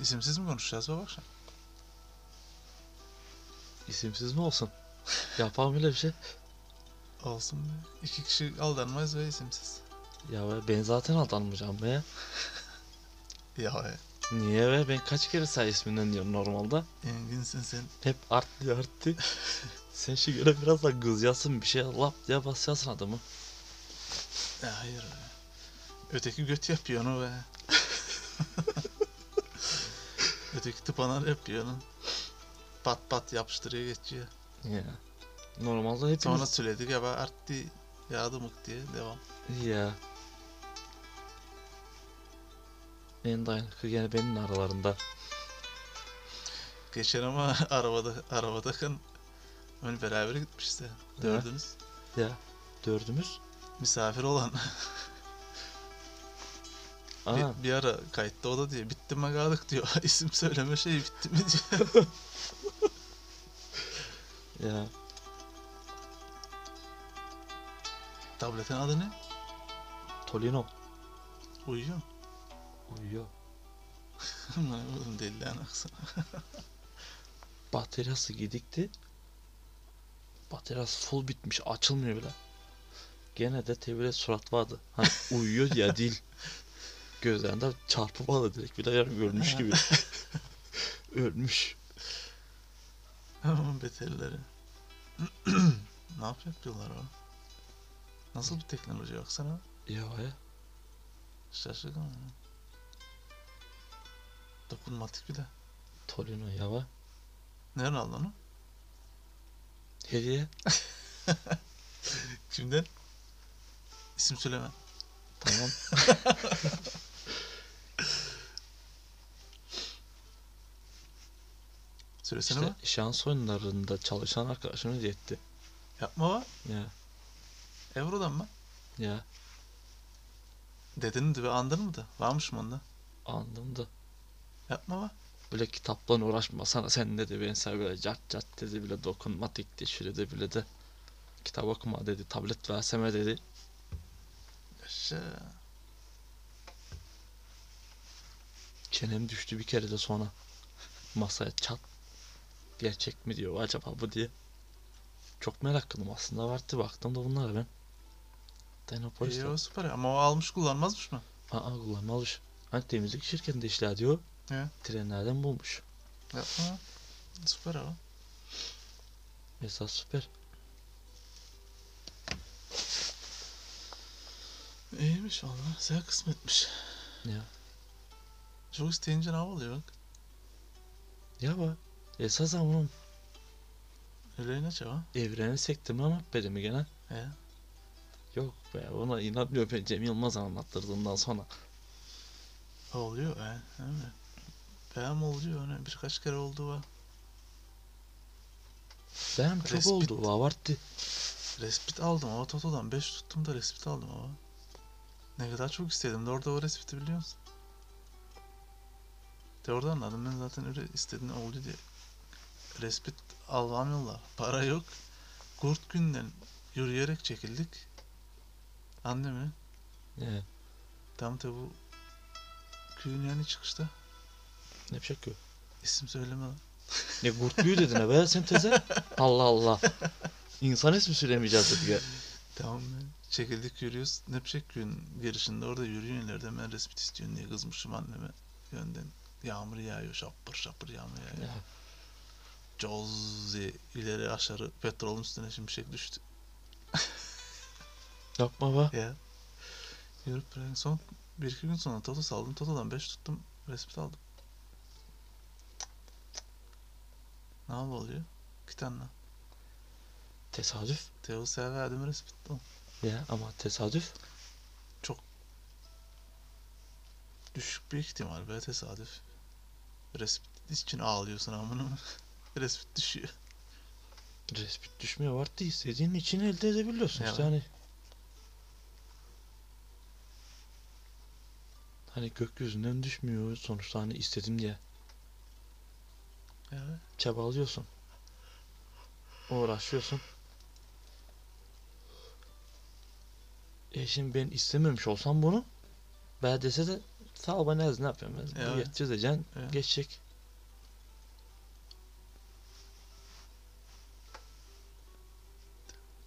İsimsiz mi konuşacağız baba akşam? İsimsiz mi olsun? Yapar mı öyle bir şey? Olsun be. İki kişi aldanmaz ve isimsiz. Ya be, ben zaten aldanmayacağım be. Ya e, Niye be? Ben kaç kere sen isminden diyorum normalde. enginsin sen. Hep arttı arttı. Sen şu göre biraz da kızacaksın bir şey lap diye basacaksın adamı. Ya hayır be. Öteki göt yapıyor onu be. Öteki tıpanar yapıyor onu. Pat pat yapıştırıyor geçiyor. Ya. Normalde hepimiz... Sonra söyledik ya ben arttı yağdı mık diye devam. Ya. En dayanıklı gene benim aralarında. Geçen ama arabada arabadaken hani beraber gitmişti. Dördünüz. Ya. Dördümüz. Misafir olan. Aa. Bir, bir ara kayıtta o da diyor. Bitti mi kaldık diyor. İsim söyleme şeyi bitti mi diyor. Ya. Tabletin adı ne? Tolino. Uyuyor mu? Uyuyor. Aman Oğlum deli lan aksana. Bataryası gidikti. Bataryası full bitmiş. Açılmıyor bile. Gene de tebile surat vardı. Hani uyuyor ya değil. Gözlerinde çarpı bağlı direkt. Bir de yarım ölmüş gibi. ölmüş. Aman beterleri. ne yapıyor diyorlar o? Nasıl bir teknoloji baksana. Ya ya. Şaşırdım ya. Dokunmatik bir de. Tolino ya be. Nereden aldın onu? Hediye. Kimden? İsim söyleme. Tamam. Söylesene İşte bak. şans oyunlarında çalışan arkadaşım hediye etti. Yapma bak. Ya. Euro'dan mı? Ya. Dedin de ve andın mı da? Varmış mı onda? Anladım da. Yapma bak. Böyle kitapla uğraşmasana sen ne de ben sana böyle cat cat dedi bile dokunmatik de şöyle de bile de kitap okuma dedi tablet verseme dedi Yaşa. çenem düştü bir kere de sonra masaya çat gerçek mi diyor acaba bu diye çok meraklıydım aslında vardı baktım da bunlara ben Dinopolis İyi o süper ama o almış kullanmazmış mı? Aa kullanma alış hani temizlik şirketinde işler diyor He. trenlerden bulmuş Yapma bak. Süper o. esas süper İyiymiş valla. Sen kısmetmiş. ya Çok isteyince ne oluyor bak. ya bak esas ama bunun Öyle ne çaba? E, evreni sektirme muhabbeti mi gene He. Yok be ona inanmıyor ben Cem Yılmaz anlattırdığından sonra. Oluyor he. Değil mi? Benim oluyor öyle birkaç kere oldu var. Benim çok Respit. oldu abarttı. Respit aldım ama Toto'dan 5 tuttum da respit aldım ama. Ne kadar çok istedim de orada o respiti biliyor musun? De orada anladım ben zaten öyle istediğin oldu diye. Respit alamıyorlar. Para yok. Kurt günden yürüyerek çekildik. Anne mi? Ne? Tam da bu köyün yani çıkışta. Ne yapacak ki? İsim söyleme lan. Ne gurtluyu dedin ha be sen teze. Allah Allah. İnsan ismi söylemeyeceğiz dedik ya. Tamam mı? Çekildik yürüyoruz. Nepçek köyün girişinde orada yürüyün ileride ben respit istiyorum diye kızmışım anneme. Yönden yağmur yağıyor şapır şapır yağmur yağıyor. Ya, Coz diye ileri aşağı petrolün üstüne şimşek düştü. Yapma be. Ya. Yürüp bırakın. Son bir iki gün sonra Toto saldım. Toto'dan 5 tuttum. Respit aldım. Ne oldu oluyor? İki tane. Tesadüf. Teos'a verdim respit. Tamam. Ya ama tesadüf. Düşük bir ihtimal be tesadüf. Respit için ağlıyorsun amına. Respit düşüyor. Respit düşmüyor vardı istediğin için elde edebiliyorsun Ya. işte hani. Hani gökyüzünden düşmüyor sonuçta hani istedim diye. Evet. çabalıyorsun. Uğraşıyorsun. E şimdi ben istememiş olsam bunu ben dese de Sağ ol bana ne yapıyorum ben? Evet. Geçeceğiz diyeceksin. Evet. Geçecek.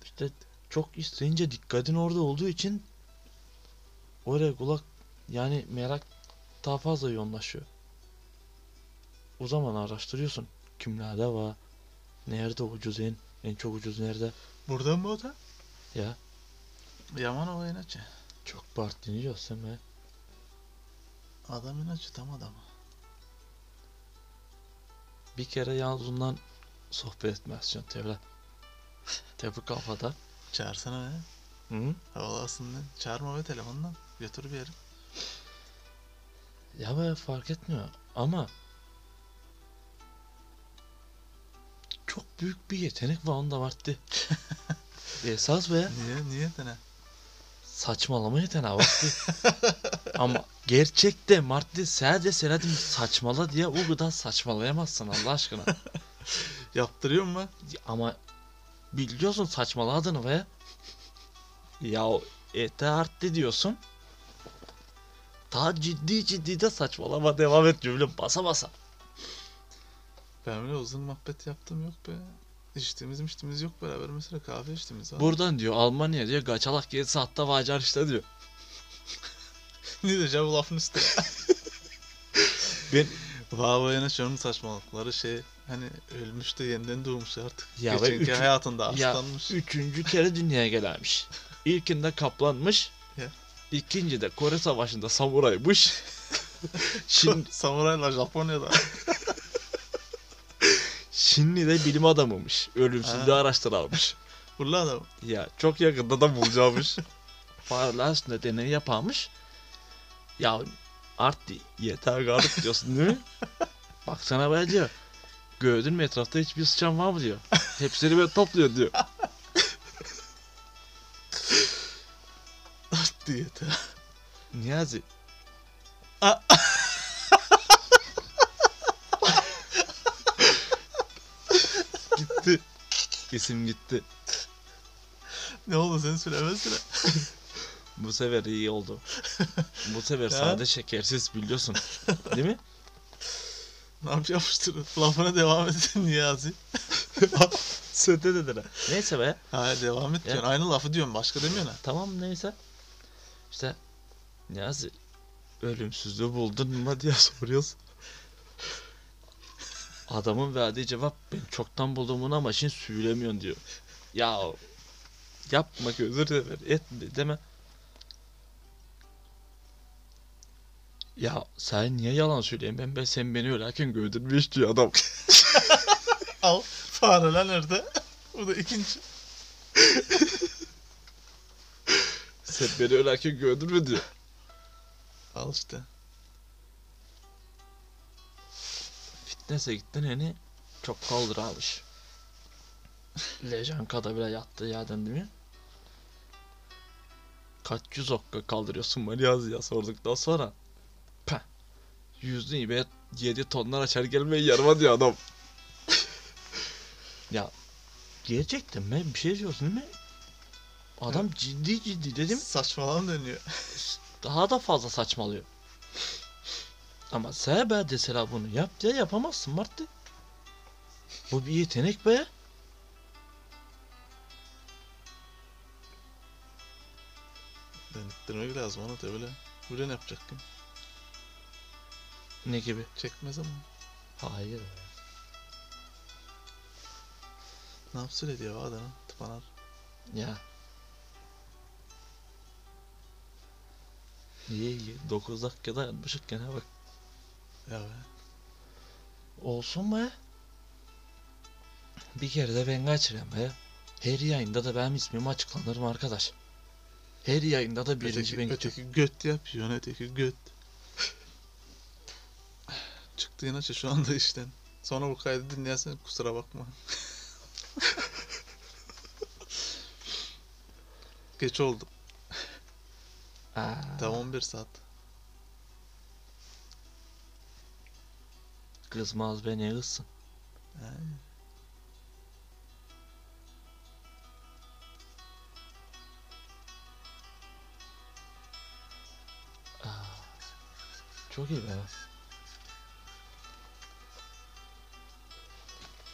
İşte çok isteyince dikkatin orada olduğu için oraya kulak yani merak daha fazla yoğunlaşıyor. O zaman araştırıyorsun. Kimlerde var? Nerede ucuz en? En çok ucuz nerede? Buradan mı o da? Ya Yaman o inatçı. çok partini sen be. Adam inatçı tam adamı. Bir kere yalnız ondan sohbet etmezsin Tevla. Tebrik kafada. Çağırsana be. Hı? Havalasın lan. Çağırma be telefondan. Götür bir yere. Ya be fark etmiyor ama çok büyük bir yetenek var onda vardı. Esas be Niye? Niye dene? saçmalama yeteneği vardı. ama gerçekte Mart'te sadece senedim saçmala diye o kadar saçmalayamazsın Allah aşkına. Yaptırıyor mu? Ama biliyorsun saçmaladığını be. Ya ete arttı diyorsun. Daha ciddi ciddi de saçmalama devam et cümle basa basa. Ben bile uzun muhabbet yaptım yok be. İçtiğimiz içtiğimiz yok beraber mesela kahve içtiğimiz abi. Buradan diyor Almanya diyor kaçalak gezisi hatta vacar işte diyor. ne diyeceğim bu lafın üstüne. Ben Vava inatçı onun saçmalıkları şey hani ölmüş de yeniden doğmuş artık. Ya Ya be, Geçenki üçü- hayatında ya aslanmış. üçüncü kere dünyaya gelmiş. İlkinde kaplanmış. Ya. İkinci de Kore Savaşı'nda samuraymış. Şimdi, Samuraylar Japonya'da. şimdi de bilim adamıymış. Ölümsüzlüğü Ha. araştıralmış. Burla adam. Ya çok yakında da bulacağımış. Farlar üstünde deney yaparmış. Ya arttı yeter artık diyorsun değil mi? Baksana böyle diyor. Gördün mü etrafta hiçbir sıçan var mı diyor. Hepsini böyle topluyor diyor. Art diyeti. Niyazi. A- gitti. İsim gitti. Ne oldu sen söyleme söyle. Bu sefer iyi oldu. Bu sefer Ha? sade şekersiz biliyorsun. Değil mi? Ne yapmıştır? Lafına devam etsin Niyazi. Söyle dediler. Neyse be. Hayır devam et diyorsun. Aynı lafı diyorum. Başka demiyorsun ha. Tamam neyse. İşte Niyazi ölümsüzlüğü buldun mu diye soruyoruz. Adamın verdiği cevap ben çoktan buldum bunu ama şimdi söylemiyorsun diyor. Ya yapma özür dilerim etme deme. Ya sen niye yalan söyleyeyim ben, ben sen beni ölerken gördürmüş diyor adam. Al. Fareler nerede? Bu da ikinci. sen beni ölerken gördürme diyor. Al işte. Fitness'e gittin hani çok kaldır almış. Lejanka'da bile yattığı yerden değil mi? Kaç yüz okka kaldırıyorsun Mariaz ya sorduktan sonra. Pah. Yüzünü ibe 7 tonlar açar gelmeyi yarma diyor adam. ya gerçekten ben bir şey diyorsun değil mi? Adam ciddi ciddi dedim Saçmalama dönüyor. daha da fazla saçmalıyor. Ama sen be deseler bunu yap diye yapamazsın Martı. Bu bir yetenek be. Dönüttürmek lazım onu da böyle. Böyle ne yapacak ki? Ne gibi? Çekmez ama. Hayır. Ne yapsın öyle diyor adamı. Tıpanar. Ya. İyi iyi. 9 dakikada yapmışık gene bak. Ya be. Olsun be. Bir kere de ben kaçırayım be. Her yayında da benim ismim açıklanır mı arkadaş? Her yayında da birinci Öteki, ben gidiyorum. öteki göt yapıyor. Öteki göt. Çıktı inatçı şu anda işten. Sonra bu kaydı dinlersen kusura bakma. Geç oldu. Aa, Daha 11 saat. Kızmaz be ne kızsın. Ha. Çok iyi be. Az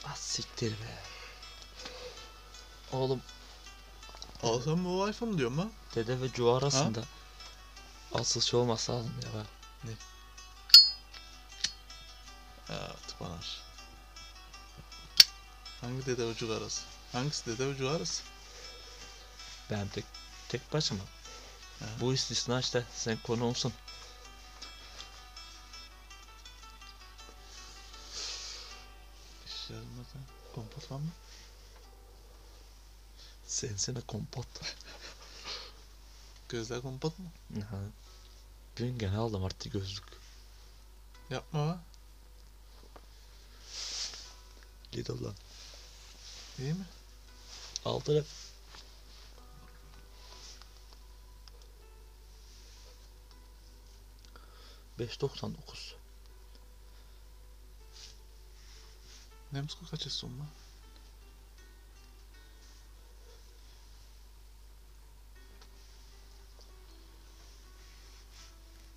Ah, siktir be. Oğlum Alsam bu iPhone diyorum ha. dede ve Cuva arasında asıl şey olmasa lazım ya. bak. Ya tıpanar. Hangi dede ucu arası? Hangisi dede ucu arası? Ben tek tek başıma. Ha. Bu istisna işte sen konuğumsun. İşlerimde kompot var mı? Sensene kompot. Gözler kompot mu? Aha. Bugün gene aldım artık gözlük. Yapma ha. Lidl'dan. Değil mi? Aldı lan. Beş doksan dokuz. Nemsko kaç yaşında?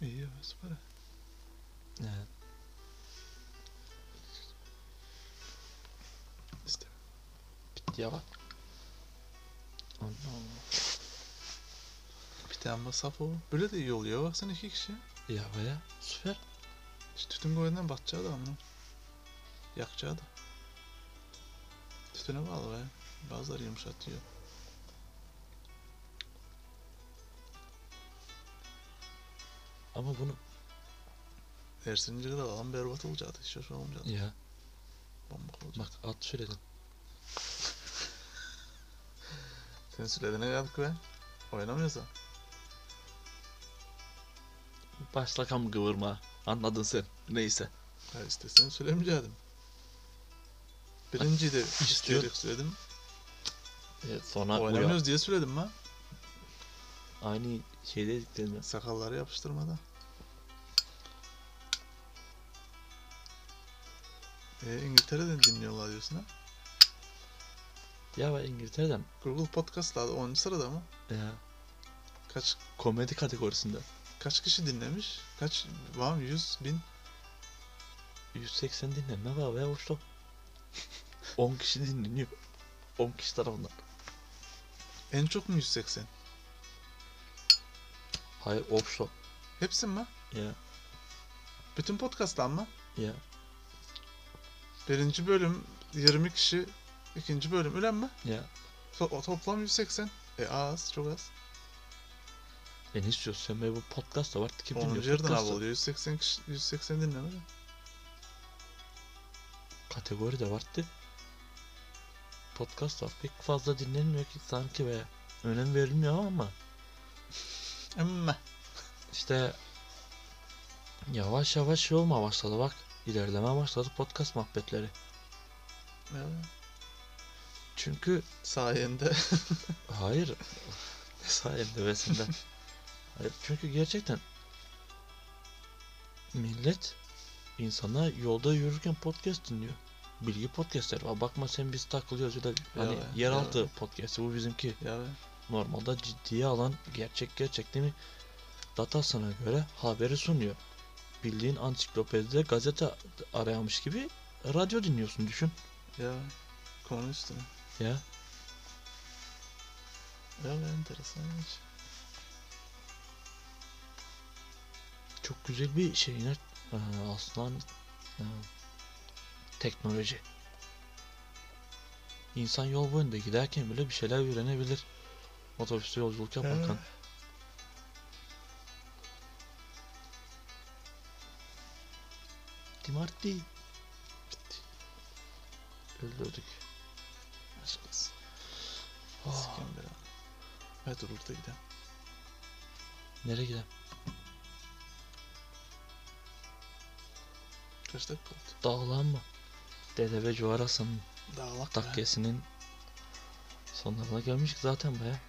İyi ya süper. Evet. İşte Bitti ya bak. Allah Allah. bir tane masraf o. Böyle de iyi oluyor. Baksana iki kişi. Ya baya süper. İşte tütün koyundan batacağı da anlam. Yakacağı da. Tütüne bağlı be. Bazıları yumuşatıyor. Ama bunu Ersinci kadar alan berbat olacaktı. Hiç hoş olmayacaktı. ya Bombak olacaktı. bak at söyledim. Senin sürede ne geldik be? Oynamıyorsan. Başlakam kıvırma. Anladın sen. Neyse. Ha istesen söylemeyecektim. Birinciyi de istiyor. isteyerek söyledim. Evet, sonra uya- Oynamıyoruz diye söyledim ha. aynı şey dediklerini. Sakalları yapıştırmadan. E, İngiltere'den dinliyorlar diyorsun ha. Ya ben İngiltere'den Google Podcast'larda 10. sırada mı? ya, Kaç komedi kategorisinde kaç kişi dinlemiş? Kaç? Var mı? 100 bin? 180 dinlenme var ve hoştu. 10 kişi dinleniyor. 10 kişi tarafından. En çok mu 180? Hayır hoştu. Hepsi mi? Ya Bütün podcast'tan mı? ya Birinci bölüm 20 kişi. ikinci bölüm ülen mi? ya. To- o toplam 180. E az çok az. E ne istiyorsun sen Böyle bu podcast da var. Kim 10. dinliyor yerden abi podcast'ı? oluyor. 180 kişi, 180 dinleme. de. Kategori de vardı. Podcast var. Pek fazla dinlenmiyor ki sanki be. Önem verilmiyor ama Emme. işte yavaş yavaş şey olma başladı bak. İlerleme başladı podcast muhabbetleri. Ya, Çünkü Sayende. Hayır. Ne sayemde be senden. Hayır, çünkü gerçekten millet insanlar yolda yürürken podcast dinliyor. Bilgi podcastleri var. Bakma sen biz takılıyoruz öyle hani be, yeraltı ya podcasti bu bizimki. ya be. Normalde ciddiye alan gerçek gerçek değil mi? Datasına göre haberi sunuyor. Bildiğin ansiklopedide gazete arayamış gibi radyo dinliyorsun düşün. Ya be. Konu üstüne. Ya Ya be enteresan. şey. iş. çok güzel bir şey yine Ee, aslında e, teknoloji. İnsan yol boyunda giderken bile bir şeyler öğrenebilir. Otobüste yolculuk yaparken. Dimarti. Bitti. Öldürdük. Aşkız. Ah, Sikem bir an. Hadi dur burada gidelim. nereye gidelim? Kaç dakika oldu? Dağlan mı? Dede ve Cuvarası'nın Dağlak be. dakikasının sonlarına gelmiştik zaten be.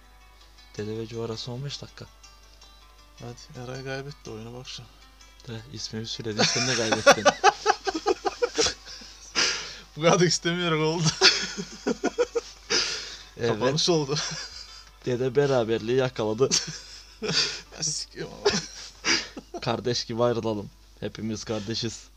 Dede ve Cuvarası 15 dakika. Hadi Eray kaybetti oyunu bak şu. an. De ismimi söyledin sen de kaybettin. Bu kadar istemiyorum oldu. evet. Kapanış oldu. Dede beraberliği yakaladı. Ya Sikem ama. Kardeş gibi ayrılalım. Hepimiz kardeşiz.